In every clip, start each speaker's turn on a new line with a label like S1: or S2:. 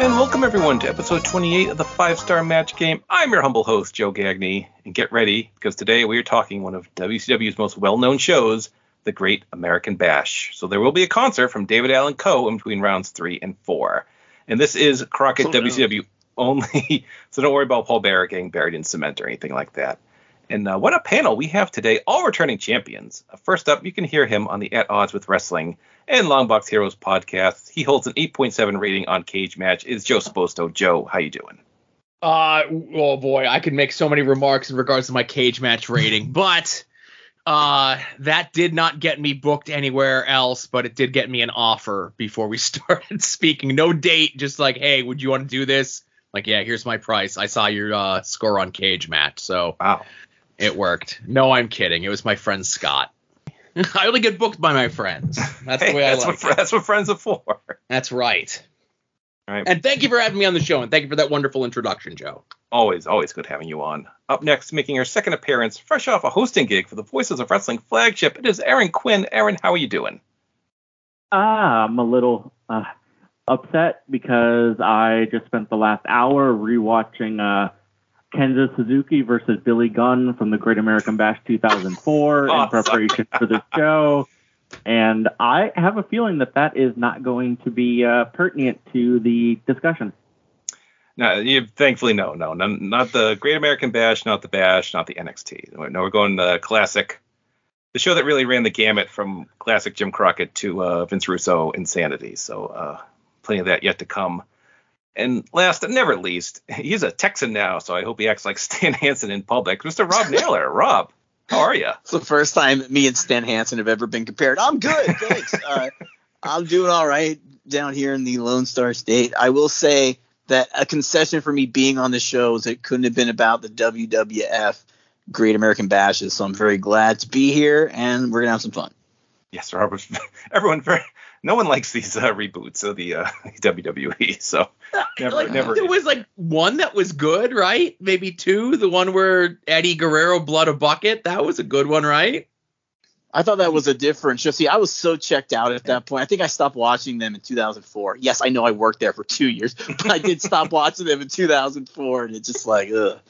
S1: And welcome everyone to episode 28 of the Five Star Match Game. I'm your humble host, Joe Gagney, and get ready because today we are talking one of WCW's most well-known shows, The Great American Bash. So there will be a concert from David Allen Coe in between rounds three and four. And this is Crockett
S2: Oh, no.
S1: WCW only, so don't worry about Paul Bearer getting buried in cement or anything like that. And uh, what a panel we have today, all returning champions. Uh, First up, you can hear him on the At Odds with Wrestling and Longbox Heroes podcast. He holds an 8.7 rating on Cage Match. It's Joe Sposto. Joe, how you doing?
S2: Uh, oh boy, I could make so many remarks in regards to my cage match rating, but uh, that did not get me booked anywhere else, but it did get me an offer before we started speaking. No date, just like, hey, would you want to do this? Like, yeah, here's my price. I saw your uh, score on cage match, so
S1: Wow.
S2: it worked. No, I'm kidding. It was my friend Scott. I only get booked by my friends. That's
S1: Hey,
S2: the way I
S1: that's,
S2: like.
S1: what,
S2: it.
S1: that's what friends are for. All
S2: That's right.
S1: right.
S2: And thank you for having me on the show, and thank you for that wonderful introduction, Joe.
S1: always, always good having you on. Up next, making her second appearance, fresh off a hosting gig for the Voices of Wrestling flagship, it is Aaron Quinn. Aaron, how are you doing?
S3: Ah, I'm a little uh, upset because I just spent the last hour rewatching uh, Kenzo Suzuki versus Billy Gunn from the Great American Bash 2004
S1: Awesome.
S3: in preparation for the show. And I have a feeling that that is not going to be uh, pertinent to the discussion.
S1: No, you thankfully no, no, none, not the Great American Bash, not the Bash, not the NXT. No, we're going the classic, the show that really ran the gamut from classic Jim Crockett to uh, Vince Russo insanity. So uh, plenty of that yet to come. And last but never least, he's a Texan now, so I hope he acts like Stan Hansen in public. Mr. Rob Naylor, Rob, how are you?
S4: It's the first time me and Stan Hansen have ever been compared. I'm good, thanks. uh, I'm doing all right down here in the Lone Star State. I will say that a concession for me being on the show is it couldn't have been about the WWF Great American Bashes. So I'm very glad to be here, and we're gonna have some fun.
S1: Yes, Rob. was- Everyone, very, no one likes these uh, reboots of the uh, WWE, so never,
S2: like,
S1: never.
S2: There was like one that was good, right? Maybe two. The one where Eddie Guerrero blood a bucket. That was a good one, right?
S4: I thought that was a different show. See, I was so checked out at that point. I think I stopped watching them in 2004. Yes, I know I worked there for two years, but I did stop watching them in 2004, and it's just like, ugh.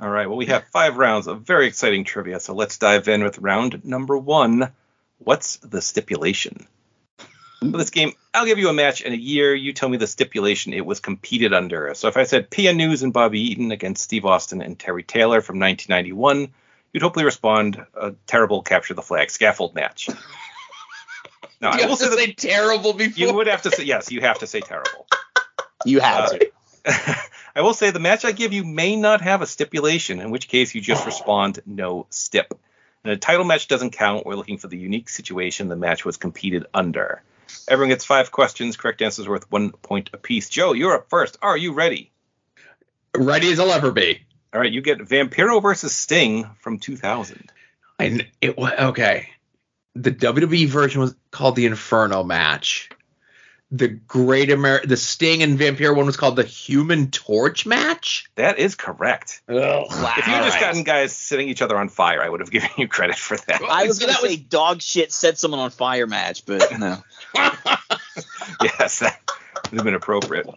S1: All right. Well, we have five rounds of very exciting trivia, so let's dive in with round number one. What's the stipulation? For this game, I'll give you a match in a year. You tell me the stipulation it was competed under. So if I said Pia News and Bobby Eaton against Steve Austin and Terry Taylor from 1991, you'd hopefully respond a terrible capture the flag scaffold match. Now,
S2: you
S1: I will
S2: have
S1: say
S2: to
S1: that
S2: say terrible before.
S1: you would have to say yes. You have to say terrible.
S4: you had
S1: Uh,
S4: to.
S1: I will say the match I give you may not have a stipulation, in which case you just respond no stip. And a title match doesn't count. We're looking for the unique situation the match was competed under. Everyone gets five questions. Correct answers worth one point apiece. Joe, you're up first. Are you ready?
S2: Ready as I'll ever be.
S1: All right, you get Vampiro versus Sting from 2000.
S2: And it was okay. The WWE version was called the Inferno match. The Great Amer, the Sting and Vampire one was called the Human Torch match.
S1: That is correct.
S2: Oh,
S1: If you had just gotten guys setting each other on fire, I would have given you credit for that.
S4: I was
S2: So
S4: gonna
S2: that was-
S4: say dog shit set someone on fire match, but no.
S1: yes, that would have been appropriate. All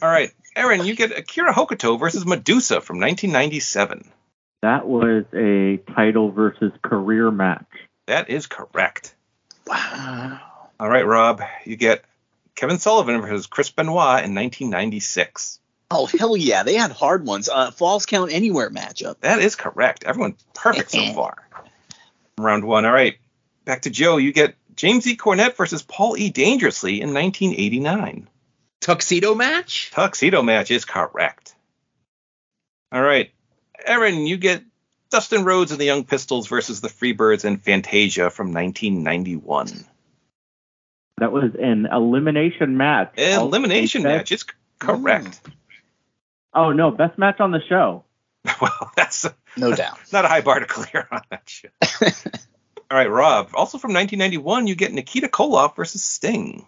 S1: right, Aaron, you get Akira Hokuto versus Medusa from 1997.
S3: That was a title versus career match.
S1: That is correct.
S4: Wow.
S1: All right, Rob, you get Kevin Sullivan versus Chris Benoit in 1996.
S4: Oh hell yeah, they had hard ones. Uh, falls count anywhere matchup.
S1: That is correct. Everyone perfect so far. Round one. All right, back to Joe. You get James E. Cornett versus Paul E. Dangerously in 1989.
S2: Tuxedo match?
S1: Tuxedo match is correct. All right, Aaron, you get Dustin Rhodes and the Young Pistols versus the Freebirds and Fantasia from 1991.
S3: That was an elimination match.
S1: Elimination
S3: Also,
S1: match is c- correct.
S4: Mm,
S3: Oh no, best match on the show.
S1: well, that's
S4: No doubt.
S1: not a high bar to clear on that shit. All right, Rob. Also from 1991, you get Nikita Koloff versus Sting.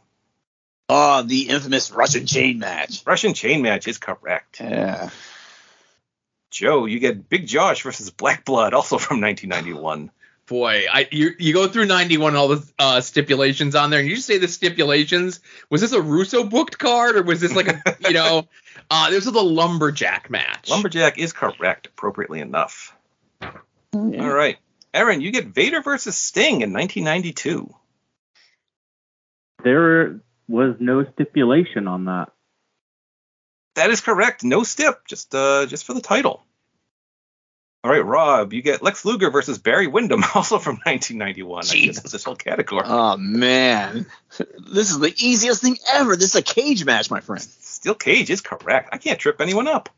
S4: Oh, the infamous Russian chain match.
S1: Russian chain match is correct.
S4: Yeah.
S1: Joe, you get Big Josh versus Black Blood, also from 1991.
S2: Boy, I you, you go through 91 all the uh, stipulations on there, and you just say the stipulations. Was this a Russo booked card, or was this like a you know? Uh, this was a lumberjack match.
S1: Lumberjack is correct, appropriately enough. All right. Aaron, you get Vader versus Sting in 1992.
S3: There was no stipulation on that.
S1: That is correct. No stip, just uh, just for the title. All right, Rob, you get Lex Luger versus Barry Windham, also from 1991. I guess
S4: Jesus.
S1: this whole category.
S2: Uh,
S4: Oh man, this is the easiest thing ever. This is a cage match, my friend.
S1: Steel Cage is correct. I can't trip anyone up.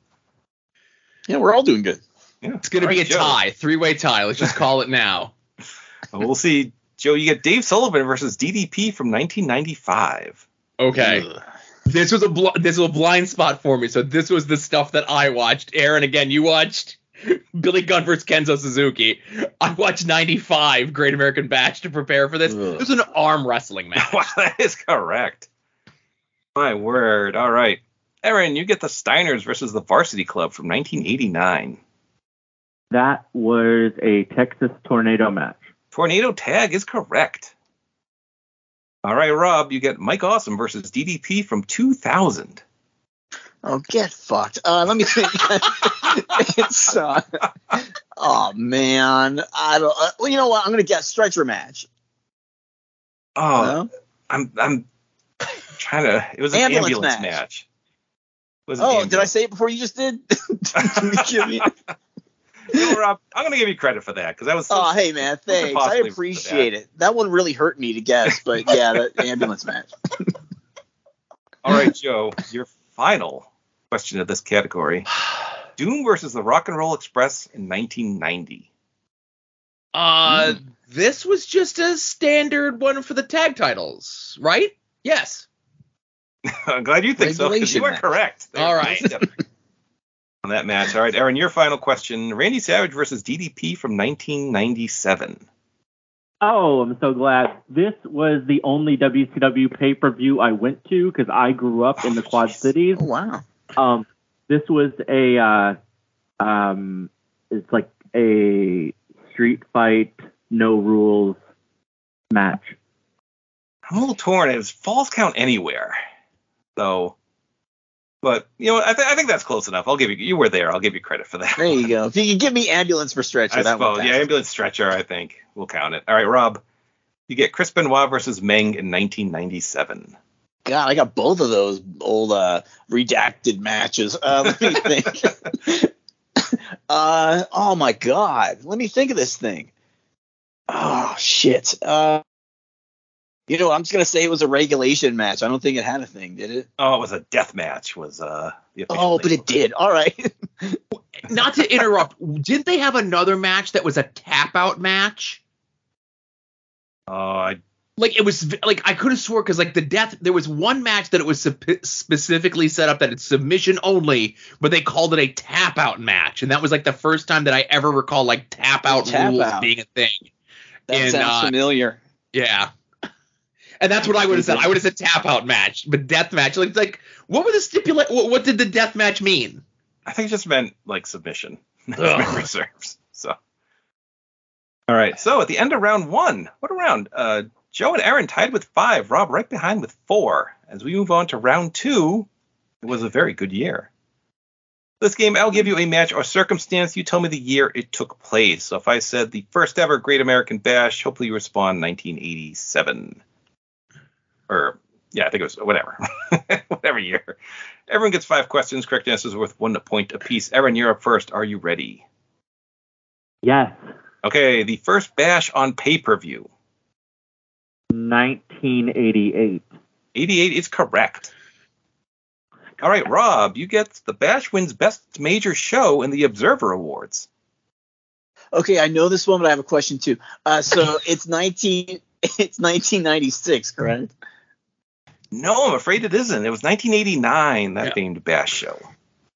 S4: Yeah, we're all doing good.
S1: Yeah.
S2: It's gonna
S1: All
S2: be a
S1: right, Joe.
S2: tie, three way tie. Let's just call it now.
S1: We'll see. Joe, you get Dave Sullivan versus DDP from 1995.
S2: Okay. This was a bl- this was a blind spot for me. So this was the stuff that I watched. Aaron, again, you watched Billy Gunn versus Kenzo Suzuki. I watched 95 Great American Bash to prepare for this.
S4: Ugh.
S2: This was an arm wrestling match.
S1: wow, that is correct. My word. All right. Aaron, you get the Steiners versus the Varsity Club from 1989.
S3: That was a Texas tornado match.
S1: Tornado Tag is correct. All right, Rob, you get Mike Awesome versus DDP from 2000.
S4: Oh, get fucked. Uh, let me think. it's uh, oh man, I don't. Uh, well, you know what? I'm gonna guess stretcher match.
S1: Oh,
S4: No?
S1: I'm I'm trying to. It was an
S4: Ambulance
S1: ambulance,
S4: match.
S1: match. It was an
S4: Oh, did I
S1: ambulance.
S4: say it before you just did? Give me-
S1: You know, Rob, I'm gonna give you credit for that because that was so
S4: oh, hey man,
S1: could
S4: thanks. I
S1: possibly
S4: appreciate it. That one really hurt me to guess, but yeah, that ambulance match.
S1: All right, Joe, your final question of this category Doom versus the Rock and Roll Express in 1990.
S2: Uh, this was just a standard one for the tag titles, right? Yes.
S1: I'm glad you think so because
S4: Regulation
S1: you are
S4: match.
S1: correct.
S2: All right.
S1: On that match. All right, Aaron, your final question Randy Savage versus DDP from 1997.
S3: Oh, I'm so glad. This was the only WCW pay per view I went to because I grew up in the Quad
S1: Jeez.
S3: Cities.
S4: Oh, wow.
S3: Um, this was a uh, um, it's like a street fight, no rules match.
S1: I'm a little torn. It was falls count anywhere. So, but, you know, I, th- I think that's close enough. I'll give you, you were there. I'll give you credit for that.
S4: There you go. If you could give me ambulance for stretcher,
S1: I
S4: that
S1: suppose.
S4: one.
S1: Yeah, ambulance stretcher, I think. We'll count it. All right, Rob. You get Chris Benoit versus Meng in 1997.
S4: God, I got both of those old uh, redacted matches. Uh, let me think. uh, oh my God, let me think of this thing. Oh shit. Uh, you know, I'm just gonna say it was a regulation match. I don't think it had a thing, did it?
S1: Oh, it was a death match. Was uh the official
S4: Oh, but
S1: name.
S4: it did. All right.
S2: Not to interrupt. didn't they have another match that was a tap out match?
S1: Oh, I,
S2: like it was like I could have swore because like the death there was one match that it was sup- specifically set up that it's submission only, but they called it a tap out match, and that was like the first time that I ever recall like tap out
S4: Tap
S2: rules
S4: out.
S2: being a thing.
S4: That
S2: And,
S4: sounds
S2: uh,
S4: familiar.
S2: Yeah, and that's what I would have said. I would have said tap out match, but death match. Like like what were the stipulate? What, what did the death match mean?
S1: I think it just meant like submission. If
S2: Ugh.
S1: memory serves. So. All right. So at the end of round one, what a round? Uh, Joe and Aaron tied with five. Rob right behind with four. As we move on to round two, It was a very good year. This game, I'll give you a match or circumstance. You tell me the year it took place. So if I said the first ever Great American Bash, hopefully you respond 1987. Or, yeah, I think it was whatever. whatever year. Everyone gets five questions. Correct answers worth one point apiece. Aaron, you're up first. Are you ready?
S3: Yes.
S1: Okay, the first Bash on pay per view.
S3: 1988.
S1: 88 is correct. All right, Rob, you get the Bash wins Best Major Show in the Observer Awards.
S4: Okay, I know this one, but I have a question too. Uh, so it's nineteen, it's nineteen ninety six, correct?
S1: No, I'm afraid it isn't. It was 1989 that
S2: Yeah.
S1: famed Bash show.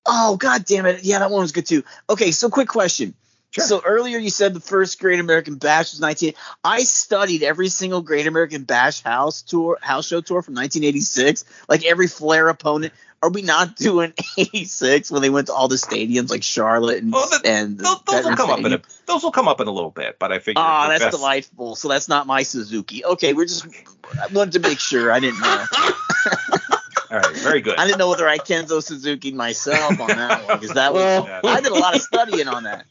S4: Oh god damn it! Yeah, that one was good too. Okay, so quick question.
S1: Sure.
S4: So earlier you said the first Great American Bash was nineteen. I studied every single Great American Bash house tour, house show tour from nineteen eighty six. Like every Flair opponent. Are we not doing eighty six when they went to all the stadiums like Charlotte and
S1: Oh, that-
S4: and
S1: Those, those will
S4: Veterans
S1: come up in
S4: Stadium?
S1: a those will come up in a little bit, but I figured
S4: Ah,
S1: the
S4: that's
S1: best-
S4: delightful. So that's not my Suzuki. Okay, we're just I wanted to make sure I didn't know.
S1: All right, very good.
S4: I didn't know whether I Kenzo Suzuki myself on that one because that was
S2: Well,
S4: I did a lot of studying on that.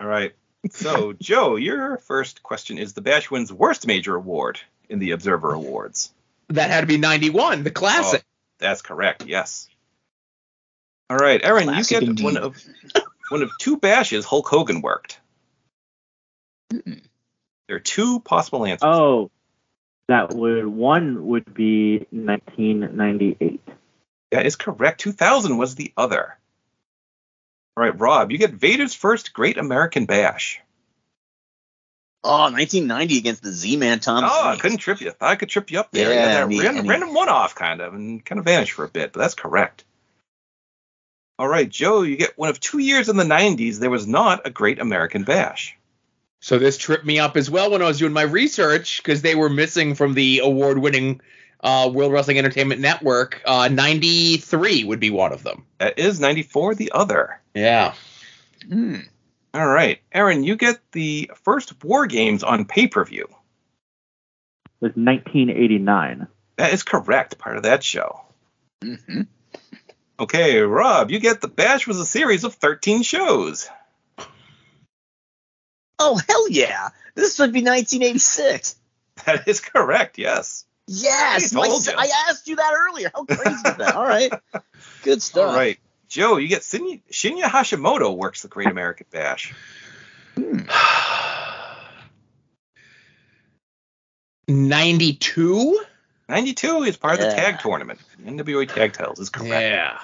S1: All right. So, Joe, your first question is the Bash wins worst major award in the Observer Awards.
S2: that had to be 91, the classic.
S1: Oh, That's correct. Yes. All right, Aaron, you
S4: Classic
S1: get
S4: indeed.
S1: one of one of two bashes Hulk Hogan worked. There are two possible answers.
S3: Oh, that would one would be 1998.
S1: That is correct. 2000 was the other. All right, Rob, you get Vader's first Great American Bash.
S4: Oh, 1990 against the Z-Man Tom.
S1: oh, I
S4: Hanks.
S1: couldn't trip you. I thought I could trip you up there.
S4: Um, Yeah,
S1: Yeah,
S4: I mean,
S1: that ran-
S4: I mean-
S1: random one off kind of and kind of vanished for a bit, but that's correct. All right, Joe, you get one of two years in the 90s there was not a Great American Bash.
S2: So this tripped me up as well when I was doing my research because they were missing from the award-winning uh, World Wrestling Entertainment Network. Uh, 93 would be one of them.
S1: That Uh, is 94 the other.
S2: Yeah.
S4: Hmm.
S1: All right, Aaron, you get the first War Games on pay-per-view.
S3: It was 1989.
S1: That is correct, part of that show.
S4: Mhm.
S1: Okay, Rob, you get the Bash was a series of 13 shows.
S4: Oh hell yeah! This would be 1986.
S1: That is correct, yes.
S4: Yes,
S1: I
S4: my,
S1: told
S4: s-
S1: you.
S4: I asked you that earlier. How crazy is that? All right, good stuff.
S1: All right. Joe, you get Shinya, Shinya Hashimoto works the Great American Bash.
S2: 92?
S1: 92 is part of the
S4: Yeah.
S1: tag tournament. NWA tag titles is correct.
S2: Yeah.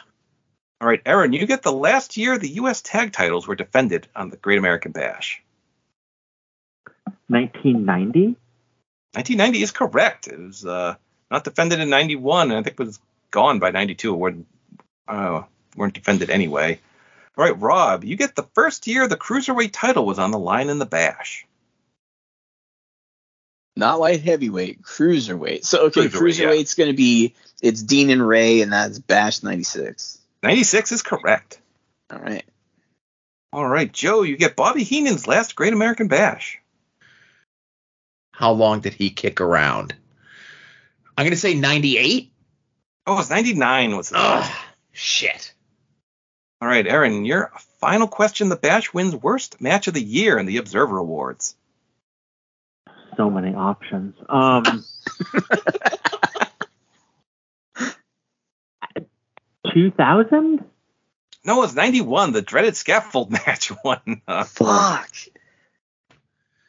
S1: All right, Aaron, you get the last year the U.S. tag titles were defended on the Great American Bash.
S3: 1990.
S1: 1990 is correct. It was uh, not defended in 91, and I think was gone by 92. It weren't, uh, weren't defended anyway. All right, Rob, you get the first year the Cruiserweight title was on the line in the Bash.
S4: Not light heavyweight, cruiserweight. So okay,
S1: Cruiserweight, yeah.
S4: cruiserweight's gonna be it's Dean and Ray, and that's Bash 96.
S1: 96 is correct.
S4: All right.
S1: All right, Joe, you get Bobby Heenan's last Great American Bash.
S2: How long did he kick around? I'm going to say 98.
S1: Oh, it was 99 was the
S2: Ugh. Shit.
S1: All right, Aaron, your final question. The Bash wins worst match of the year in the Observer Awards.
S3: So many options. Um, 2000.
S1: No, it was 91. The dreaded scaffold match won. Uh,
S4: Fuck.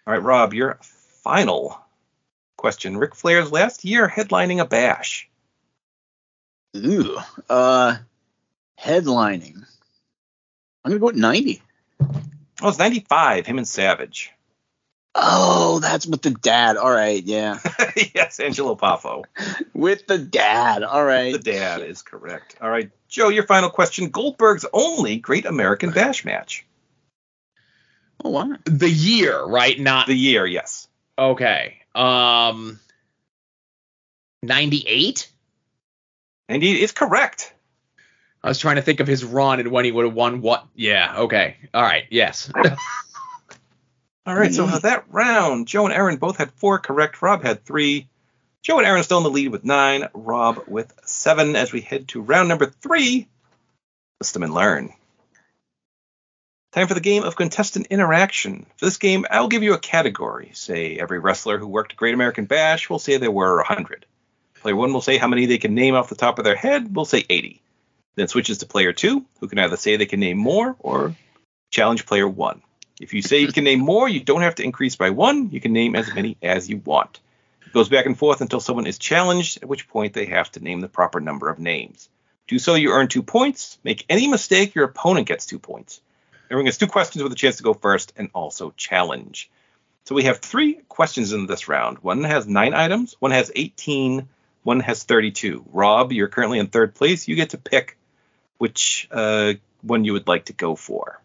S1: all right, Rob, your final question. Ric Flair's last year headlining a Bash.
S4: Ooh. Uh, headlining. I'm gonna go with 90.
S1: Oh, it was 95, him and Savage.
S4: Oh, that's with the dad. All right, yeah.
S1: yes, Angelo Poffo.
S4: with the dad. All right.
S1: The dad is correct. All right, Joe, your final question. Goldberg's only Great American Bash match.
S4: Oh, wow.
S2: The year, right? Not
S1: The year, yes.
S2: Okay. Um 98?
S1: Indeed, it's correct.
S2: I was trying to think of his run and when he would have won what. Yeah, okay. All right, yes.
S1: All right, so for that round, Joe and Aaron both had four correct. Rob had three. Joe and Aaron still in the lead with nine, Rob with seven as we head to round number three. System and learn. Time for the game of contestant interaction. For this game, I'll give you a category. Say every wrestler who worked at Great American Bash, we'll say there were 100. Player one will say how many they can name off the top of their head, we'll say 80. Then switches to player two, who can either say they can name more or challenge player one. If you say you can name more, you don't have to increase by one. You can name as many as you want. It goes back and forth until someone is challenged, at which point they have to name the proper number of names. Do so, you earn two points. Make any mistake, your opponent gets two points. Everyone gets two questions with a chance to go first and also challenge. So we have three questions in this round. One has nine items, one has 18, one has 32. Rob, you're currently in third place. You get to pick which uh, one you would like to go for.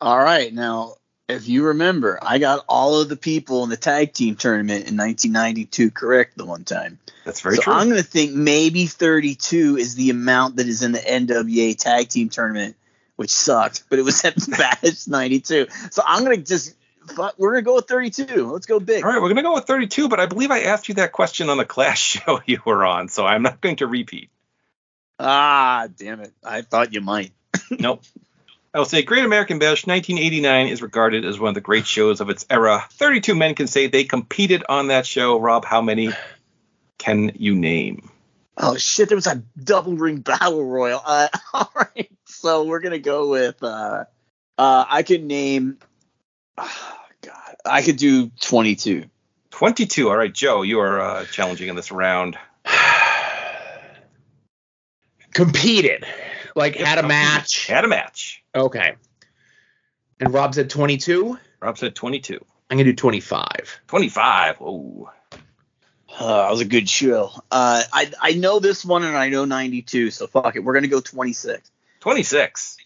S4: All right, now if you remember, I got all of the people in the tag team tournament in 1992 correct the one time.
S1: That's very
S4: so
S1: true.
S4: I'm going to think maybe 32 is the amount that is in the NWA tag team tournament, which sucked, but it was at Bash 92. So I'm going to just fuck, we're going to go with 32. Let's go big.
S1: All right, we're going to go with 32, but I believe I asked you that question on the Clash show you were on, so I'm not going to repeat.
S4: Ah, damn it! I thought you might.
S1: nope. I will say Great American Bash 1989 is regarded as one of the great shows of its era. 32 men can say they competed on that show. Rob, how many can you name?
S4: Oh shit! There was a double ring battle royal. Uh, all right, so we're gonna go with. Uh, uh, I could name. Oh, God, I could do 22.
S1: 22. All right, Joe, you are uh, challenging in this round.
S2: Competed, like had a match.
S1: Had a match.
S2: Okay. And Rob said 22.
S1: Rob said 22.
S2: I'm gonna do 25.
S1: 25. Oh,
S4: Uh, that was a good show. Uh, I I know this one and I know 92, so fuck it. We're gonna go 26.
S1: 26.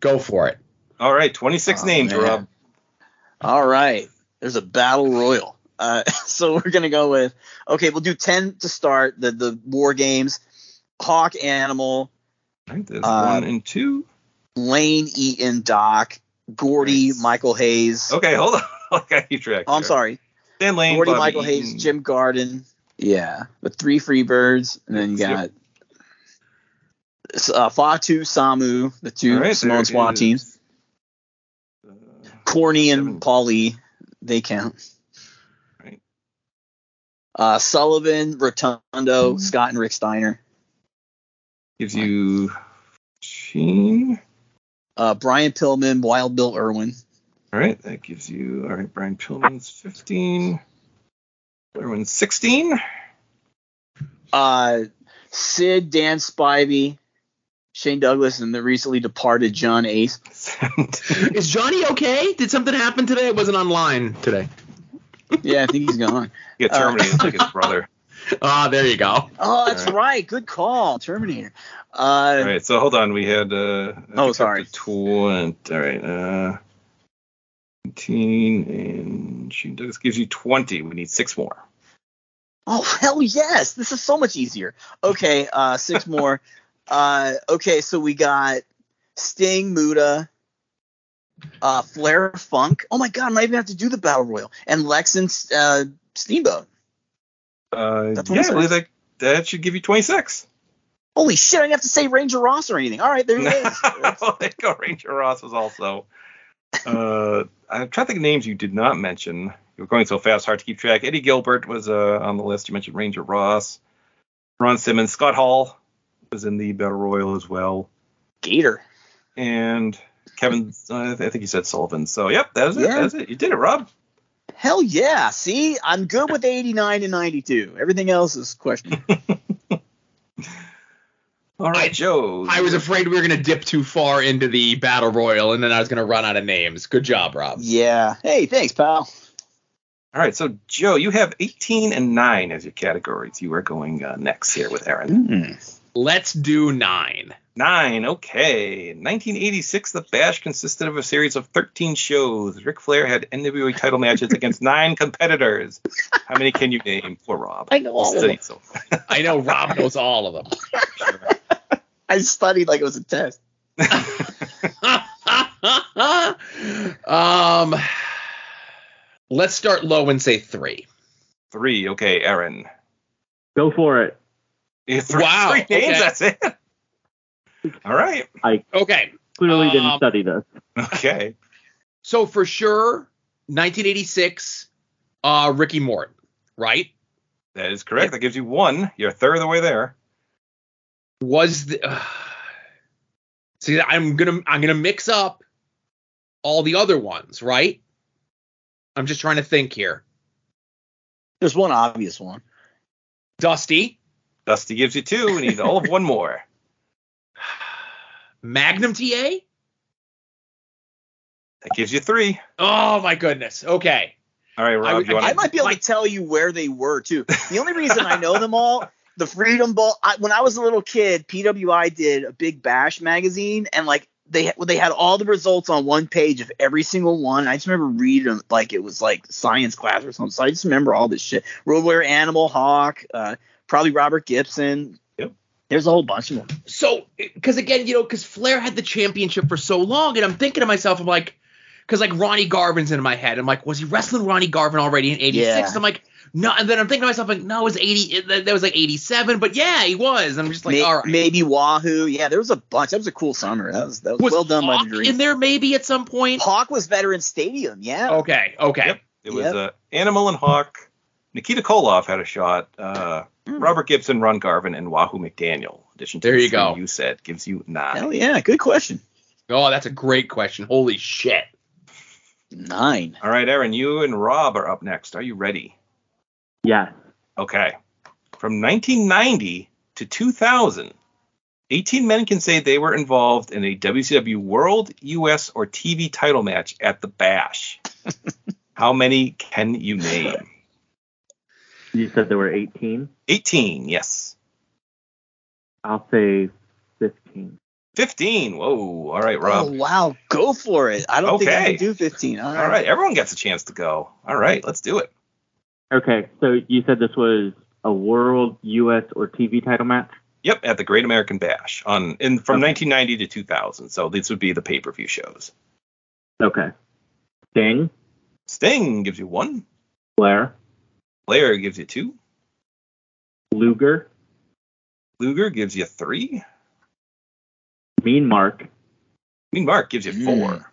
S2: Go for it.
S1: All right, 26
S4: Oh,
S1: names,
S4: man.
S1: Rob.
S4: All right, there's a battle royal. Uh, so we're gonna go with. Okay, we'll do 10 to start the the war games. Hawk animal,
S1: All right, there's
S4: Uh,
S1: one and two.
S4: Lane Eaton, Doc, Gordy,
S1: Nice.
S4: Michael Hayes.
S1: Okay, hold on. I got you track.
S4: Oh, I'm
S1: there.
S4: sorry.
S1: Dan Lane,
S4: Gordy
S1: Bobby
S4: Michael Hayes,
S1: Eaton.
S4: Jim Garden. Yeah, with three free birds, and then you got
S1: Yep.
S4: uh, Fatu Samu, the two
S1: All right,
S4: Samoan
S1: there
S4: SWAT
S1: is,
S4: teams.
S1: uh,
S4: Corny
S1: seven.
S4: and Paulie, they count.
S1: Right.
S4: Uh, Sullivan, Rotundo,
S1: Mm-hmm.
S4: Scott, and Rick Steiner.
S1: gives you 14.
S4: Uh, Brian Pillman, Wild Bill Irwin.
S1: All right, that gives you all right. Brian Pillman's 15. Everyone's 16.
S4: Uh, Sid, Dan Spivey, Shane Douglas, and the recently departed John Ace.
S1: 17.
S2: Is Johnny okay? Did something happen today? It wasn't online today.
S4: Yeah, I think he's gone.
S1: Get
S4: Uh,
S1: terminated like his brother.
S2: Ah, there you go.
S4: Oh, that's
S1: Alright.
S4: right. Good call, Terminator. Uh,
S1: All right, so hold on. We had uh. I think
S4: Oh,
S1: up
S4: sorry.
S1: to 20. All right, uh, 17 and Shane Douglas gives you 20. We need six more.
S4: Oh hell yes! This is so much easier. Okay, uh, six more. uh, okay, so we got Sting, Muda, uh, Flair, Funk. Oh my god, I'm not even have to do the battle royal. And Lex and uh, Steamboat.
S1: Uh,
S4: That's
S1: yeah, I
S4: 26.
S1: believe that that should give you 26.
S4: Holy shit! I didn't have to say Ranger Ross or anything. All right, there it is.
S1: well, there you go. Ranger Ross was also. Uh, I'm trying to think of names you did not mention. You were going so fast, hard to keep track. Eddie Gilbert was uh, on the list. You mentioned Ranger Ross. Ron Simmons. Scott Hall was in the Battle Royal as well.
S4: Gator.
S1: And Kevin, uh, I think you said Sullivan. So, yep, that was it.
S4: Yeah.
S1: That's it. You did it, Rob.
S4: Hell yeah! See, I'm good with 89 and 92. Everything else is questionable.
S1: All right,
S2: I-
S1: Joe.
S2: I was afraid we were gonna dip too far into the battle royal, and then I was gonna run out of names. Good job, Rob.
S4: yeah. Hey, thanks, pal.
S1: All right, so Joe, you have 18 and 9 as your categories. You are going uh, next here with Aaron.
S4: Hmm.
S2: Let's do nine.
S1: Nine, okay. In 1986, the Bash consisted of a series of 13 shows. Ric Flair had NWA title matches against nine competitors. How many can you name? Poor Rob.
S4: I know all of them.
S1: Studied so
S2: I know Rob knows all of them.
S4: I studied like it was a test.
S2: um, let's start low and say three.
S1: Three. Okay, Aaron.
S3: Go for it.
S1: Yeah, Three,
S2: Wow,
S1: Three names.
S2: okay.
S1: That's it. All right.
S2: Okay.
S3: Clearly didn't
S2: Um,
S3: study this.
S1: Okay.
S2: So for sure, 1986, uh, Ricky Morton, right?
S1: That is correct. That gives you one. You're a third of the way there.
S2: Was the uh, see? I'm gonna I'm gonna mix up all the other ones, right? I'm just trying to think here.
S4: There's one obvious one.
S2: Dusty,
S1: Dusty gives you two. We need all of one more.
S2: Magnum TA.
S1: That gives you three.
S2: Oh my goodness. Okay.
S1: All right,
S2: I
S1: Rob.
S2: would-
S1: you want
S4: I
S1: to?
S4: might be able to
S2: Like-
S4: tell you where they were too. The only reason I know them all, the Freedom Ball. I, when I was a little kid, PWI did a big bash magazine, and like they they had all the results on one page of every single one. I just remember reading them like it was like science class or something. So I just remember all this shit. Road Warrior, Animal, Hawk, uh, probably Robert Gibson.
S1: Yep.
S4: There's a whole bunch of them.
S2: so because again you know because flair had the championship for so long and i'm thinking to myself i'm like because like ronnie garvin's in my head i'm like was he wrestling ronnie garvin already in 86
S4: Yeah.
S2: i'm like no and then i'm thinking to myself like no it was 80 it- that that was like 87 but yeah he was and i'm just like
S4: May-
S2: all right
S4: Maybe Wahoo. Yeah, there was a bunch. That was a cool summer. That was that was,
S2: was
S4: well done
S2: Hawk
S4: by the Dream.
S2: in there maybe at some point
S4: Hawk was Veteran Stadium. Yeah.
S2: okay okay
S1: Yep. It was
S4: Yep.
S1: uh, Animal and Hawk. Nikita Koloff had a shot. Uh,
S4: Hmm.
S1: Robert Gibson, Ron Garvin, and Wahoo McDaniel. In Addition to
S2: There
S1: the
S2: you
S1: three
S2: go.
S1: You said gives you nine.
S4: Hell yeah. Good question.
S2: oh that's a great question holy shit
S4: Nine.
S1: All right, Aaron. You and Rob are up next. Are you ready?
S3: Yes.
S1: Okay. From 1990 to 2000, 18 men can say they were involved in a WCW World, US, or TV title match at the Bash. How many can you name?
S3: You said there were 18.
S1: 18, yes.
S3: I'll say 15.
S1: 15. Whoa. All right, Rob.
S4: Oh wow, go for it. I don't think I
S1: Okay.
S4: can do 15. All right.
S1: All right, everyone gets a chance to go. All right, let's do it.
S3: Okay, so you said this was a world, U.S., or TV title match?
S1: Yep, at the Great American Bash on in from
S3: Okay.
S1: 1990 to 2000. So these would be the pay-per-view shows.
S3: Okay. Sting,
S1: Sting gives you one.
S3: Blair,
S1: Flair gives you two.
S3: Luger,
S1: Luger gives you three.
S3: Mean Mark,
S1: Mean Mark gives you four.
S4: Mm.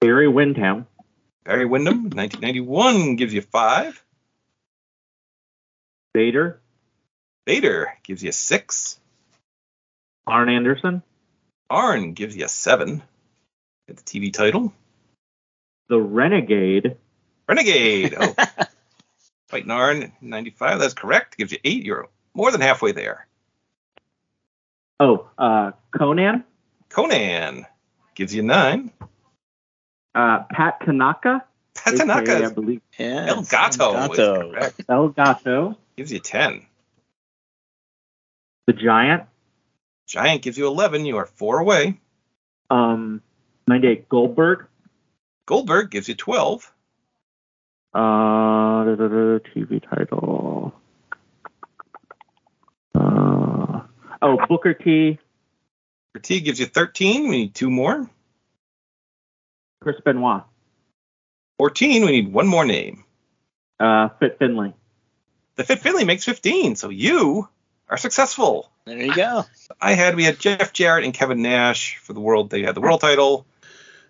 S3: Barry Windham,
S1: Barry Windham, 1991, gives you five.
S3: Vader,
S1: Vader gives you six.
S3: Arn Anderson,
S1: Arn gives you seven. At the TV title,
S3: The Renegade,
S1: Renegade. Oh, fighting Arn, 95. That's correct. Gives you eight. You're more than halfway there.
S3: oh, uh, Conan,
S1: Conan gives you nine.
S3: uh, Pat Tanaka,
S1: Oh,
S3: aka,
S1: Patanaka
S3: I believe
S4: Yeah.
S1: El Gato,
S4: El
S1: Is
S4: Gato.
S1: correct.
S3: El Gato,
S1: Gives you 10.
S3: the Giant,
S1: Giant gives you 11. You are four away.
S3: um, Monday Goldberg,
S1: Goldberg gives you 12.
S3: Uh, da, da, da, TV title. Uh, oh, Booker T,
S1: For T gives you 13. We need two more.
S3: Chris Benoit,
S1: 14. We need one more name.
S3: uh, Fit Finley.
S1: The Fit Finley makes 15. So you are successful.
S4: There you go.
S1: I had we had Jeff Jarrett and Kevin Nash for the world. They had the world title.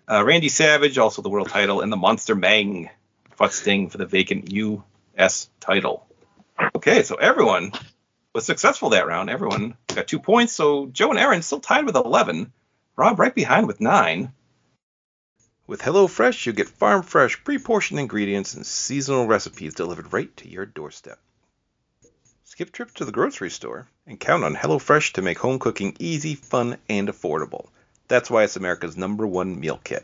S1: Uh, Randy Savage also the world title, and the Monster Mang fought Sting for the vacant U.S. title. Okay, so everyone was successful that round. Everyone got two points. So Joe and Aaron still tied with 11. Rob right behind with nine. With HelloFresh, you get farm fresh, pre portioned ingredients and seasonal recipes delivered right to your doorstep. Skip trips to the grocery store and count on HelloFresh to make home cooking easy, fun, and affordable. That's why it's America's number one meal kit.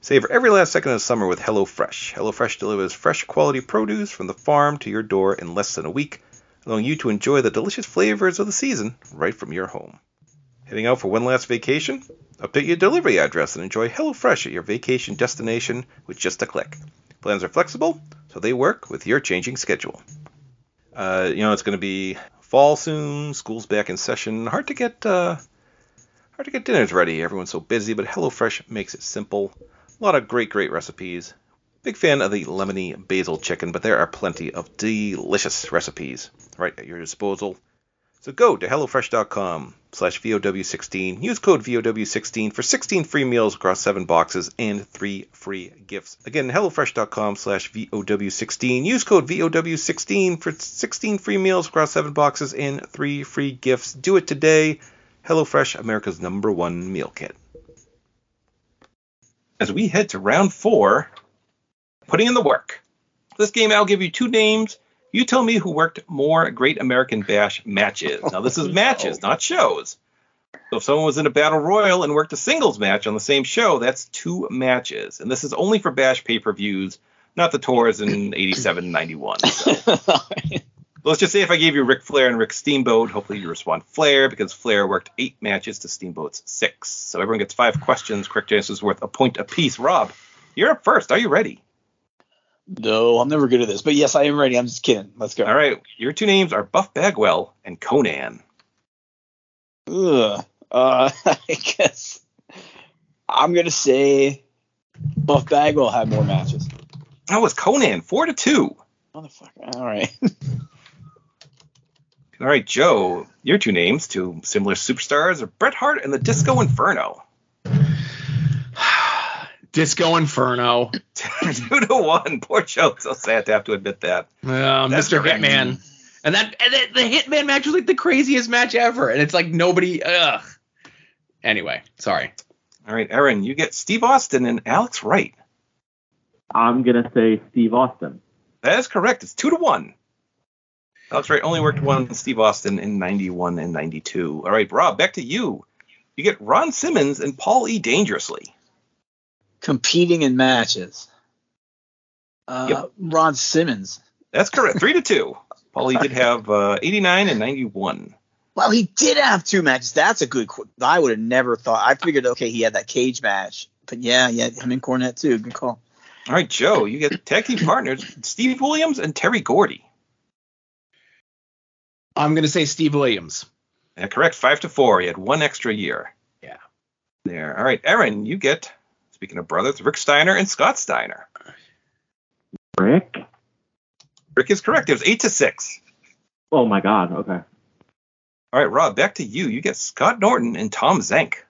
S1: Savor every last second of summer with HelloFresh. HelloFresh delivers fresh quality produce from the farm to your door in less than a week, allowing you to enjoy the delicious flavors of the season right from your home. Heading out for one last vacation? Update your delivery address and enjoy HelloFresh at your vacation destination with just a click. Plans are flexible, so they work with your changing schedule. Uh, you know, it's going to be fall soon. School's back in session. Hard to get uh, hard to get dinners ready. Everyone's so busy, but HelloFresh makes it simple. A lot of great, great recipes. Big fan of the lemony basil chicken, but there are plenty of delicious recipes right at your disposal. So go to HelloFresh.com slash VOW16. Use code VOW16 for 16 free meals across 7 boxes and 3 free gifts. Again, HelloFresh.com slash VOW16. Use code VOW16 for 16 free meals across 7 boxes and 3 free gifts. Do it today. HelloFresh, America's number one meal kit. As we head to round 4, putting in the work. This game, I'll give you two names. You tell me who worked more Great American Bash matches. Now, this is matches, not shows. So, if someone was in a battle royal and worked a singles match on the same show, that's two matches. And this is only for Bash pay per views, not the tours in 87 91. So, let's just say if I gave you Ric Flair and Rick Steamboat, hopefully you respond Flair because Flair worked eight matches to Steamboat's six. So, everyone gets five questions. Correct answers worth a point apiece. Rob, you're up first. Are you ready?
S4: no, I'm never good at this. But yes, I am ready. I'm just kidding. Let's go.
S1: All right. Your two names are Buff Bagwell and Conan.
S4: Ugh. Uh, I guess I'm gonna say Buff Bagwell had more matches.
S1: That was Conan, four to two.
S4: Motherfucker. All right.
S1: All right, Joe, your two names, two similar superstars, are Bret Hart and the Disco Inferno.
S2: Disco Inferno.
S1: two to one. Poor Joe, so sad to have to admit that.
S2: Uh,
S1: That's
S2: Mr.
S1: correct.
S2: Hitman. And that and the, the Hitman match was like the craziest match ever, and it's like nobody. Ugh. Anyway, sorry.
S1: All right, Aaron, you get Steve Austin and Alex Wright.
S3: I'm gonna say Steve Austin.
S1: That is correct. It's two to one. Alex Wright only worked one Steve Austin in 91 and 92. All right, Rob, back to you. You get Ron Simmons and Paul E. Dangerously.
S4: Competing in matches. Uh,
S1: Yep.
S4: Ron Simmons.
S1: That's correct. Three to two. Paulie did have uh, 89 and 91.
S4: Well, he did have two matches. That's a good. qu- I would have never thought. I figured, okay, he had that cage match, but yeah, yeah, him and Cornette too. Good call.
S1: All right, Joe, you get tag team partners Steve Williams and Terry Gordy.
S2: I'm gonna say Steve Williams.
S1: Yeah, correct. Five to four. He had one extra year.
S2: Yeah.
S1: There. All right, Aaron, you get, speaking of brothers, Rick Steiner and Scott Steiner.
S3: Rick?
S1: Rick is correct. It was eight to six.
S3: Oh my God. Okay.
S1: All right, Rob, back to you. You get Scott Norton and Tom Zank.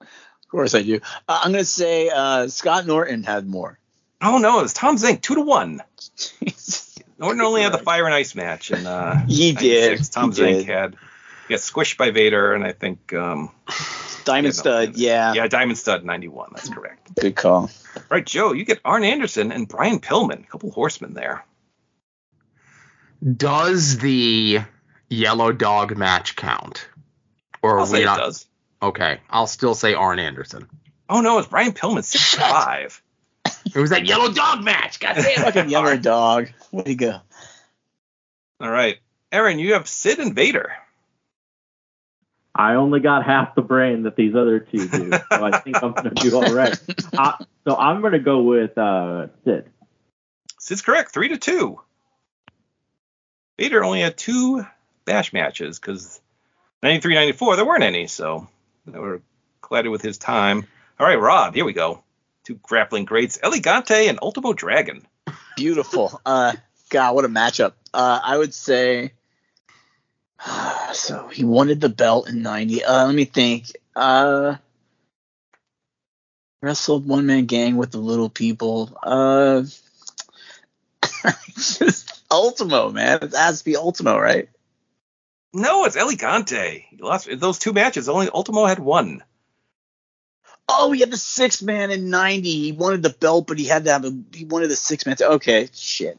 S4: Of course I do. Uh, I'm gonna say uh, Scott Norton had more.
S1: Oh, no, it was Tom Zank, two to one.
S4: Jesus.
S1: Norton only had the fire and ice match. And, uh,
S4: he did.
S1: 96. Tom
S4: he
S1: Zank
S4: did.
S1: had, he got squished by Vader, and I think, um,
S4: Diamond
S1: Yeah, no,
S4: Stud. Yeah.
S1: Yeah, Diamond Stud 91. That's correct.
S4: Good call.
S1: Right, Joe, you get Arn Anderson and Brian Pillman, a couple horsemen there.
S2: Does the yellow dog match count? Or
S1: I'll
S2: are
S1: say
S2: we
S1: it
S2: not?
S1: does.
S2: Okay, I'll still say Arn Anderson.
S1: Oh no, it's Brian Pillman, six to
S2: Shit.
S1: five.
S2: It was that yellow dog match. God damn it.
S4: Fucking yellow dog. Where'd he go?
S1: All right, Aaron, you have Sid and Vader.
S3: I only got half the brain that these other two do, so I think I'm gonna do all right. I, so I'm gonna go with uh, Sid.
S1: Sid's correct, three to two. Vader only had two bash matches because 93, 94, there weren't any, so they were collided with his time. All right, Rob, here we go. Two grappling greats, Elegante and Ultimo Dragon.
S4: Beautiful. Uh, God, what a matchup. Uh, I would say. So he wanted the belt in '90. Uh, let me think. Uh, wrestled one man gang with the little people. Uh, just Ultimo, man. It has to be Ultimo, right?
S1: No, it's Elegante. He lost those two matches. Only Ultimo had one.
S4: Oh, he had the six man in '90. He wanted the belt, but he had to have a, he wanted the six man. Okay, shit.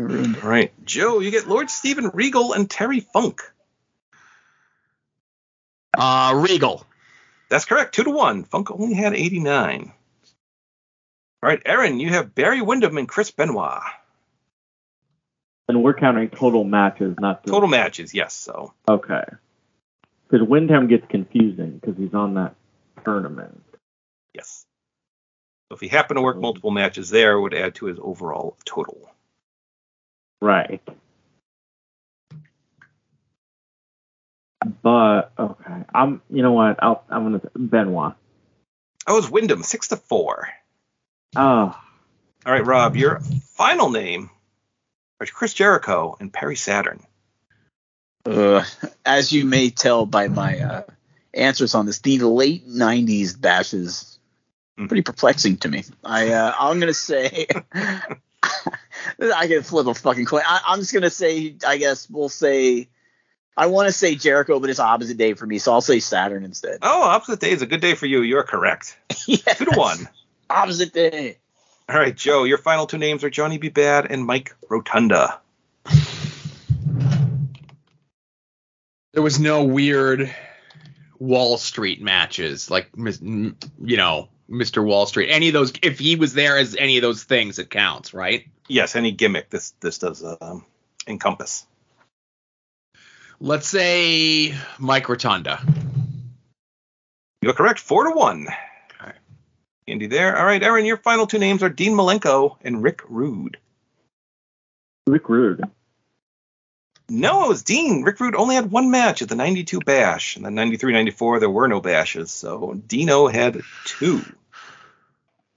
S4: I ruined it.
S1: All right, Joe, you get Lord Steven Regal and Terry Funk.
S2: Uh, Regal.
S1: That's correct. Two to one. Funk only had 89. All right, Aaron, you have Barry Windham and Chris Benoit.
S3: And we're counting total matches, not just-
S1: Total matches, yes. So
S3: Okay. Because Windham gets confusing because he's on that tournament.
S1: yes. So if he happened to work multiple matches there, it would add to his overall total.
S3: Right. But okay, I'm. You know what? I'll, I'm gonna Benoit.
S1: That was Wyndham, six to four.
S3: Oh,
S1: All right, Rob, your final name are Chris Jericho and Perry Saturn.
S4: Uh, as you may tell by my uh, answers on this, the late '90s bash is
S1: Mm.
S4: pretty perplexing to me. I uh, I'm gonna say I can flip a fucking coin. I, I'm just gonna say I guess we'll say I want to say Jericho, but it's opposite day for me, so I'll say Saturn instead.
S1: Oh, opposite day is a good day for you. You're correct.
S4: yes,
S1: Two to one.
S4: opposite day.
S1: All right, Joe, your final two names are Johnny B. Bad and Mike Rotunda.
S2: There was no weird Wall Street matches like mis- m- you know Mr. Wall Street. Any of those, if he was there as any of those things, it counts, right?
S1: Yes, any gimmick this this does um, encompass.
S2: Let's say Mike Rotunda.
S1: You're correct. Four to one.
S2: Okay.
S1: Andy there. All right, Aaron, your final two names are Dean Malenko and Rick Rude.
S3: Rick Rude.
S1: No, it was Dean. Rick Rude only had one match at the 92 Bash. And then 93 94, there were no bashes. So Dino had two.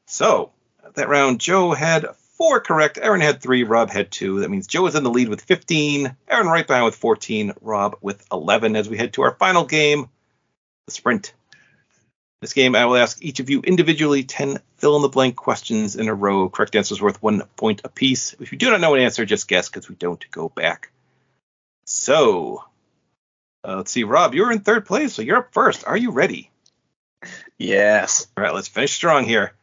S1: So that round, Joe had four correct. Aaron had three. Rob had two. That means Joe is in the lead with 15. Aaron right behind with 14. Rob with 11 as we head to our final game, the sprint. This game, I will ask each of you individually 10 fill in the blank questions in a row. Correct answers worth one point apiece. If you do not know an answer, just guess because we don't go back. So, uh, let's see, Rob, you're in third place, so you're up first. Are you ready?
S4: Yes.
S1: All right, let's finish strong here.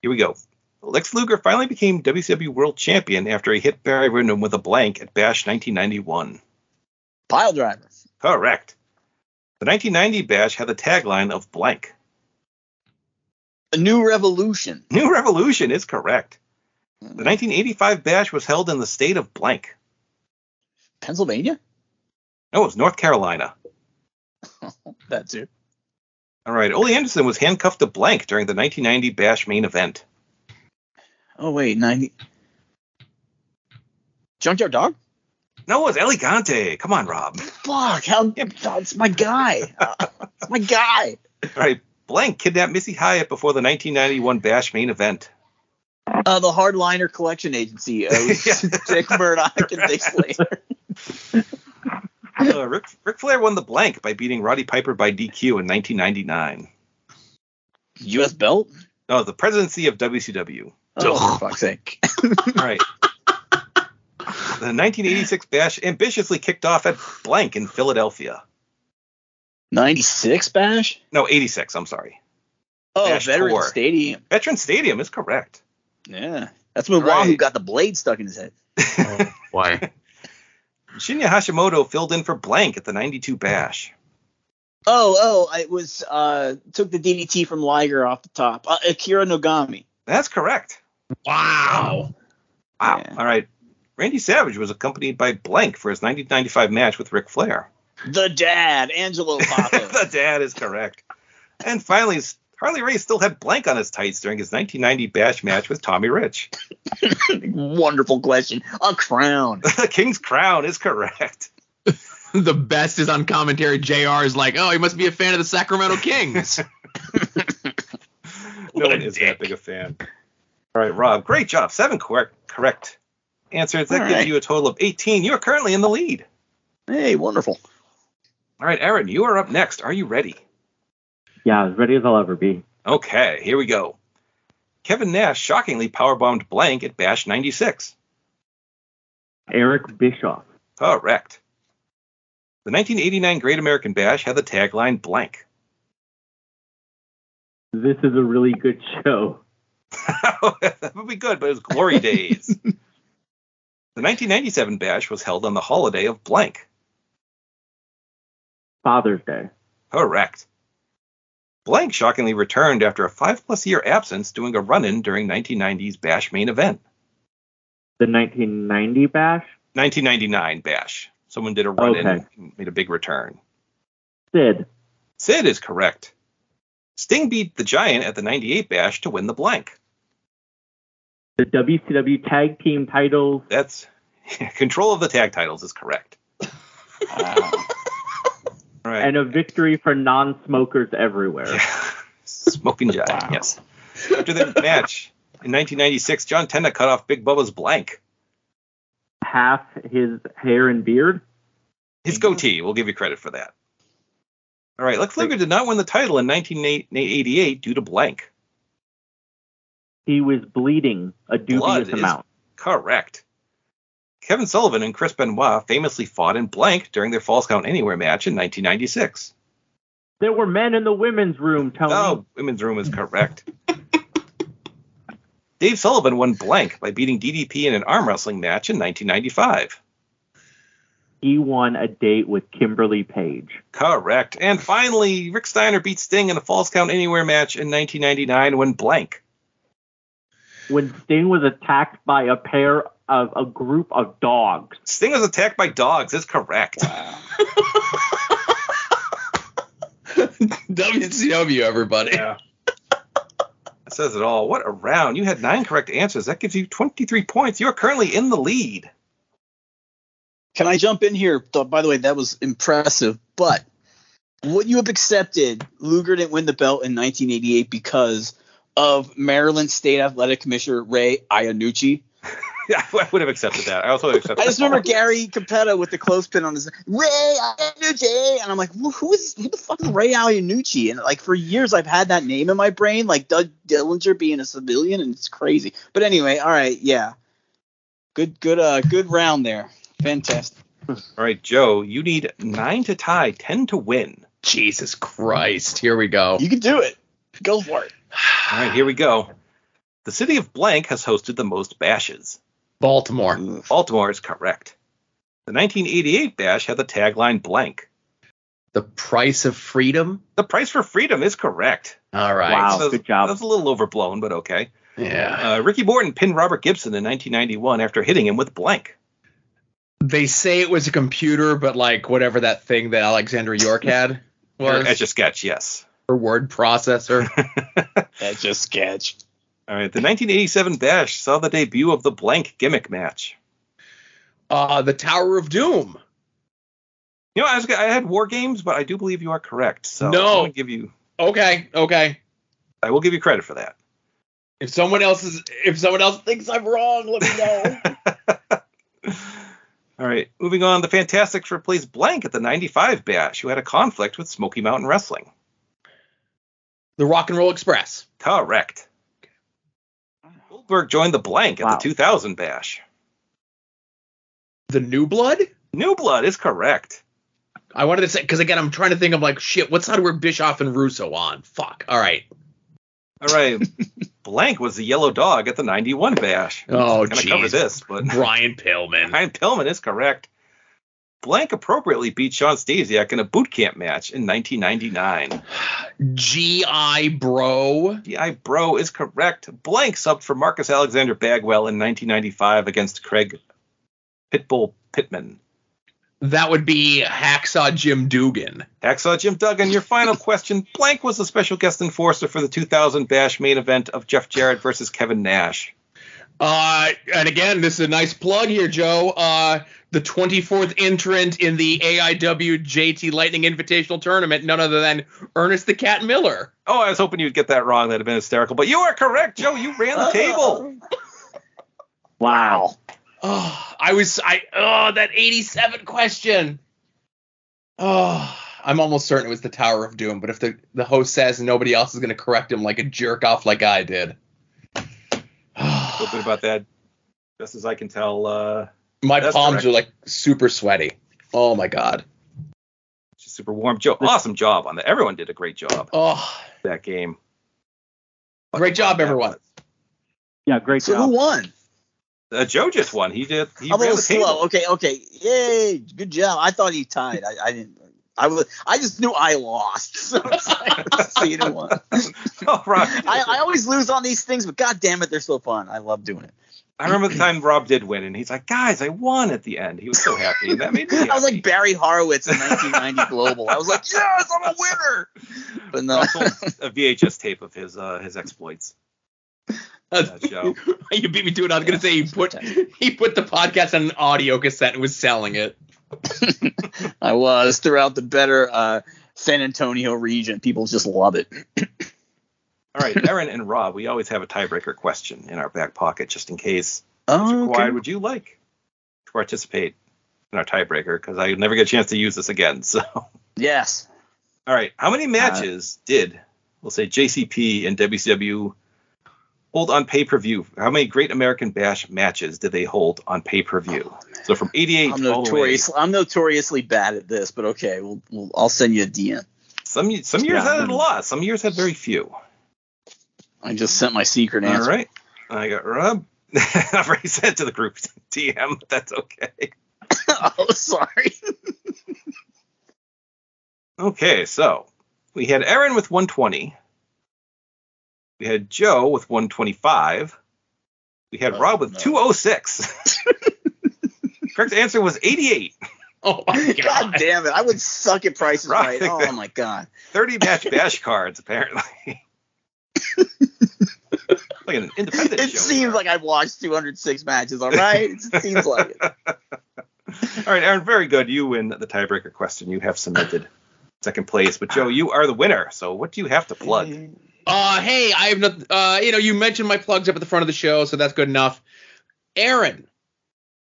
S1: Here we go. Lex Luger finally became WCW World Champion after he hit Barry Windham with a blank at Bash 1991.
S4: Pile driver.
S1: Correct. The 1990 Bash had the tagline of blank.
S4: A new revolution.
S1: New Revolution is correct. The 1985 Bash was held in the state of blank.
S4: Pennsylvania.
S1: No, it was North Carolina.
S4: That's it.
S1: All right, Ole Anderson was handcuffed to blank during the 1990 Bash main event.
S4: Oh wait, ninety. Junkyard Dog.
S1: No, it was Elegante. Come on, Rob.
S4: Fuck, how that's my guy. That's my guy.
S1: All right, blank kidnapped Missy Hyatt before the 1991 Bash main event.
S4: Uh, the Hardliner Collection Agency owes
S1: Yeah.
S4: Dick Murdoch and Dick Slater.
S1: Uh, Rick, Ric Flair won the blank by beating Roddy Piper by DQ in 1999.
S4: U.S. belt.
S1: No, Oh, the presidency of WCW.
S4: Oh, for fuck's sake.
S1: All right. The 1986 Bash ambitiously kicked off at blank in Philadelphia.
S4: Ninety-six Bash.
S1: No, 86, I'm sorry.
S4: Oh,
S1: Bash
S4: Veterans
S1: tour.
S4: Stadium.
S1: Veteran Stadium is correct.
S4: Yeah, that's when
S1: Right.
S4: Wahoo got the blade stuck in his head.
S2: Why?
S1: Shinya Hashimoto filled in for blank at the 92 Bash.
S4: Oh, oh, it was uh took the DDT from Liger off the top. Uh, Akira Nogami.
S1: That's correct.
S2: Wow.
S1: Wow.
S4: Yeah.
S1: All right. Randy Savage was accompanied by blank for his 1995 match with Ric Flair.
S4: The dad, Angelo Papa.
S1: the dad is correct. And finally, Harley Race still had blank on his tights during his 1990 bash match with Tommy Rich.
S4: Wonderful question. A crown.
S1: the King's Crown is correct.
S2: the best is on commentary. JR is like, oh, he must be a fan of the Sacramento Kings.
S1: No
S2: What a
S1: one is that
S2: dick.
S1: big a fan. All right, Rob, great job. Seven correct, correct answers. That
S4: All
S1: gives
S4: right.
S1: you a total of 18. You are currently in the lead.
S4: Hey, wonderful.
S1: All right, Aaron, you are up next. Are you ready?
S3: Yeah, as ready as I'll ever be.
S1: Okay, here we go. Kevin Nash shockingly powerbombed blank at Bash 96.
S3: Eric Bischoff.
S1: Correct. The 1989 Great American Bash had the tagline blank.
S3: This is a really good show.
S1: that would be good, but it was glory days. the 1997 bash was held on the holiday of blank.
S3: Father's Day.
S1: Correct. Blank shockingly returned after a five plus year absence doing a run in during 1990's bash main event.
S3: The 1990 bash.
S1: 1999 bash. Someone did a run in
S3: Okay.
S1: and made a big return.
S3: Sid.
S1: Sid is correct. Sting beat the Giant at the 98 bash to win the blank.
S3: The WCW tag team titles.
S1: That's control of the tag titles is correct. All right.
S3: And a victory for non smokers everywhere.
S1: Yeah. Smoking giant, yes. After their match in 1996, John Tenda cut off Big Bubba's blank.
S3: Half his hair and beard.
S1: His goatee. We'll give you credit for that. All right. Lex Luger did not win the title in 1988 due to blank.
S3: He was bleeding a
S1: Blood
S3: dubious
S1: is-
S3: amount.
S1: Correct. Kevin Sullivan and Chris Benoit famously fought in blank during their False Count Anywhere match in 1996.
S3: There were men in the women's room, Tony.
S1: Oh, women's room is correct. Dave Sullivan won blank by beating DDP in an arm wrestling match in 1995.
S3: He won a date with Kimberly Page.
S1: Correct. And finally, Rick Steiner beat Sting in a False Count Anywhere match in 1999 when blank.
S3: When Sting was attacked by a pair of a group of dogs.
S1: Sting was attacked by dogs. Is correct.
S2: WCW, everybody.
S1: That says it all. What a round. You had nine correct answers. That gives you 23 points. You're currently in the lead.
S4: Can I jump in here? Th- By the way, that was impressive. But would you have accepted Luger didn't win the belt in 1988 because of Maryland State Athletic Commissioner Ray Iannucci?
S1: Yeah, I would have accepted that. I also would have accepted
S4: I just
S1: that.
S4: remember Gary Capetta with the clothespin on his Ray Iannucci, and I'm like, "Who- who is who the fuck is Ray Iannucci? And like for years, I've had that name in my brain, like Doug Dillinger being a civilian, and it's crazy. But anyway, all right, yeah, good, good, uh, good round there, fantastic.
S1: All right, Joe, you need nine to tie, 10 to win.
S2: Jesus Christ. Here we go.
S4: You can do it. Go for it.
S1: All right, here we go. The city of blank has hosted the most bashes.
S2: Baltimore.
S1: Baltimore is correct. The 1988 bash had the tagline blank.
S2: The price of freedom.
S1: The price for freedom is correct.
S2: All right.
S3: Wow.
S1: That was-
S3: good job.
S1: That was a little overblown, but okay.
S2: Yeah.
S1: Uh, Ricky Morton pinned Robert Gibson in 1991 after hitting him with blank.
S2: They say it was a computer, but like whatever that thing that Alexander York had was
S1: That's a sketch, yes.
S2: her word processor.
S4: That's just sketch.
S1: All right, the 1987 bash saw the debut of the blank gimmick match.
S2: Uh, the Tower of Doom.
S1: You know, I, was, I had war games, but I do believe you are correct. So
S2: No.
S1: I'm gonna give you
S2: Okay. Okay.
S1: I will give you credit for that.
S2: If someone else is, if someone else thinks I'm wrong, let me know.
S1: All right, moving on. The Fantastics replaced Blank at the 95 Bash, who had a conflict with Smoky Mountain Wrestling.
S2: the Rock and Roll Express.
S1: Correct. Goldberg joined the Blank at
S3: Wow.
S1: the 2000 Bash.
S2: The New Blood.
S1: New Blood is correct.
S2: I wanted to say because again, I'm trying to think of like shit. What side were Bischoff and Russo on? Fuck. All right.
S1: All right, Blank was the Yellow Dog at the 91 Bash.
S2: Oh,
S1: Gonna cover
S2: jeez.
S1: this, but
S2: Brian Pillman.
S1: Ryan Pillman is correct. Blank appropriately beat Sean Stasiak in a boot camp match in 1999.
S2: GI Bro.
S1: DI Bro is correct. Blank subbed for Marcus Alexander Bagwell in 1995 against Craig Pitbull Pittman.
S2: That would be Hacksaw Jim Dugan.
S1: Hacksaw Jim Duggan, your final question. Blank was the special guest enforcer for the 2000 Bash main event of Jeff Jarrett versus Kevin Nash.
S2: Uh, and again, this is a nice plug here, Joe. Uh, the 24th entrant in the AIW JT Lightning Invitational Tournament, none other than Ernest the Cat Miller.
S1: Oh, I was hoping you'd get that wrong. That'd have been hysterical. But you are correct, Joe. You ran the table.
S3: Wow.
S2: Oh, I was I oh that 87 question. Oh, I'm almost certain it was the Tower of Doom, but if the the host says nobody else is going to correct him like a jerk off like I did.
S1: A little bit about that. Best as I can tell, uh,
S2: My
S1: That's
S2: palms
S1: correct.
S2: are like super sweaty. Oh my god.
S1: it's just super warm. Joe, awesome job on that. Everyone did a great job
S2: Oh,
S1: that game.
S2: great job everyone.
S3: Yeah, great
S4: So
S3: job.
S4: who won?
S1: Uh, Joe just won. He did. He
S4: I'm a
S1: ran
S4: little
S1: the table.
S4: slow. Okay, okay. Yay! Good job. I thought he tied. I, I didn't. I was. I just knew I lost. So it's like, so you know what?
S1: oh, Rob.
S4: I, I always lose on these things, but god damn it, they're so fun. I love doing it.
S1: I remember the time Rob did win, and he's like, "Guys, I won at the end." He was so happy. and That made me.
S4: I was
S1: happy.
S4: like Barry Horowitz in 1990 Global. I was like, yes, I'm a winner. But no,
S1: I sold a VHS tape of his uh, his exploits. That show.
S2: you beat me to it. I was going to say he put he put the podcast on an audio cassette and was selling it.
S4: I was throughout the better uh, San Antonio region. People just love it.
S1: All right, Aaron and Rob, we always have a tiebreaker question in our back pocket just in case. Mr.
S4: Oh,
S1: Kawhi, would you like to participate in our tiebreaker? Because I never get a chance to use this again. So, all
S4: Yes.
S1: right, how
S4: Uh,
S1: many matches did we'll say JCP and WCW hold on pay per view? How many Great American Bash matches did they hold on pay per view? so from '88
S4: I'm
S1: all the way.
S4: notorious. I'm notoriously bad at this, but okay. We'll, we'll I'll send you a DM.
S1: Some ye- some years
S3: Yeah.
S1: had a lot. Some years had very few.
S4: I just sent my secret
S1: All
S4: answer.
S1: right, I got Rob. I've already sent to the group DM. but That's okay.
S4: oh, sorry.
S1: Okay, so we had Aaron with 120. We had Joe with 125. We had
S4: Oh,
S1: Rob with
S4: no.
S1: 206. Correct answer was 88.
S2: Oh my god.
S4: God damn it! I would suck at prices
S1: Right.
S4: right. Oh my god.
S1: 30 match bash cards, apparently. like an independent
S4: It
S1: show.
S4: seems like I've watched 206 matches. All right. It seems like it.
S1: All right, Aaron, very good. You win the tiebreaker question. You have submitted second place. But, Joe, you are the winner. So, what do you have to plug?
S2: Uh, hey, I have not. Uh, you know, you mentioned my plugs up at the front of the show, so that's good enough. Aaron,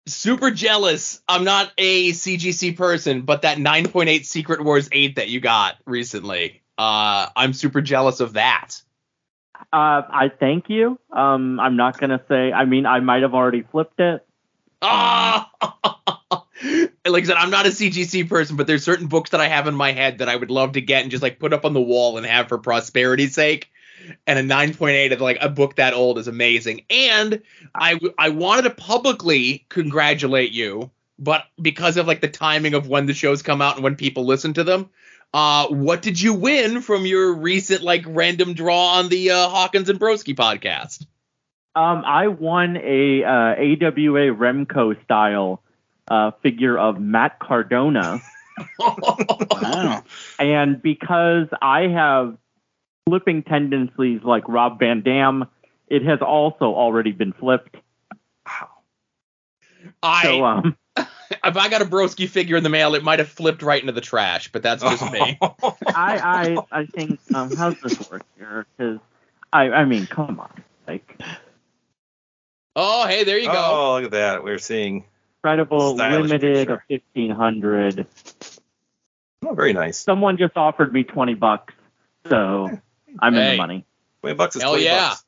S2: super jealous. I'm not a CGC person, but that 9.8 Secret Wars 8 that you got recently, uh, I'm super jealous of that.
S3: Uh, I thank you. Um, I'm not gonna say. I mean, I might have already flipped it.
S2: Ah, like I said, I'm not a CGC person, but there's certain books that I have in my head that I would love to get and just like put up on the wall and have for prosperity's sake. And a 9.8 of like a book that old is amazing. And I w- I wanted to publicly congratulate you, but because of like the timing of when the shows come out and when people listen to them, uh, what did you win from your recent like random draw on the uh, Hawkins and Broski podcast?
S3: Um, I won a uh, AWA Remco style uh, figure of Matt Cardona,
S4: Wow.
S3: and because I have flipping tendencies like Rob Van Dam, it has also already been flipped.
S1: Wow.
S2: I
S3: So um,
S2: if I got a Broski figure in the mail, it might have flipped right into the trash, but that's just me.
S3: I I I think um, how's this work here? Because I I mean, come on, like
S2: Oh, hey, there you go.
S1: Oh, look at that. We're seeing.
S3: incredible
S1: Stylish
S3: limited
S1: picture.
S3: of fifteen hundred.
S1: Oh, very nice.
S3: Someone just offered me twenty bucks, so I'm in
S2: Hey.
S3: the money.
S1: 20 bucks is
S2: Hell
S1: 20
S2: yeah.
S1: bucks.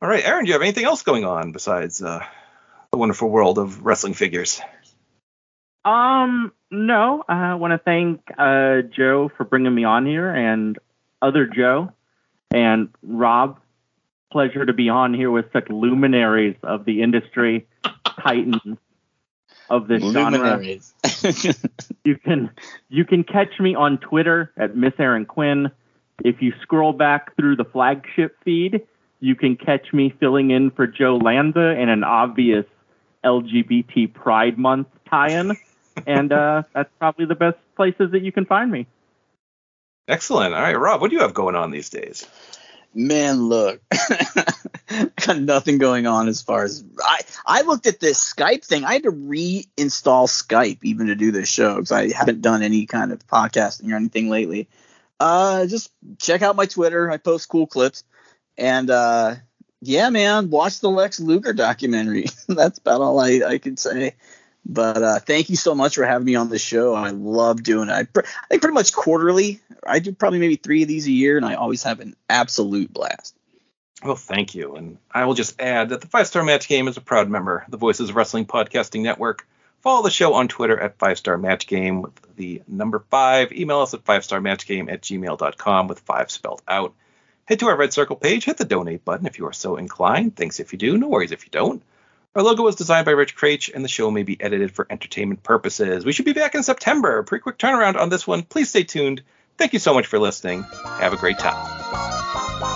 S1: All right, Aaron, do you have anything else going on besides uh, the wonderful world of wrestling figures?
S3: Um, no, I want to thank uh, Joe for bringing me on here and other Joe and Rob. Pleasure to be on here with such luminaries of the industry, titans of this genre.
S4: Luminaries.
S3: You can you can catch me on Twitter at Miss Aaron Quinn. If you scroll back through the flagship feed, you can catch me filling in for Joe Lanza in an obvious LGBT Pride Month tie-in. and uh, that's probably the best places that you can find me.
S1: Excellent. All right, Rob, what do you have going on these days?
S4: Man, look, got nothing going on as far as I. I looked at this Skype thing. I had to reinstall Skype even to do this show because I haven't done any kind of podcasting or anything lately. Uh, just check out my Twitter. I post cool clips, and uh, yeah, man, watch the Lex Luger documentary. That's about all I I could say. But uh, thank you so much for having me on the show. I love doing it. I, pr- I think pretty much quarterly. I do probably maybe three of these a year, and I always have an absolute blast.
S1: Well, thank you. And I will just add that the Five Star Match Game is a proud member of the Voices of Wrestling Podcasting Network. Follow the show on Twitter at Five Star Match Game with the number five. Email us at five star match game at gmail.com with five spelled out. Head to our Red Circle page, hit the donate button if you are so inclined. Thanks if you do, no worries if you don't. Our logo was designed by Rich Craich, and the show may be edited for entertainment purposes. We should be back in September. Pretty quick turnaround on this one. Please stay tuned. Thank you so much for listening. Have a great time.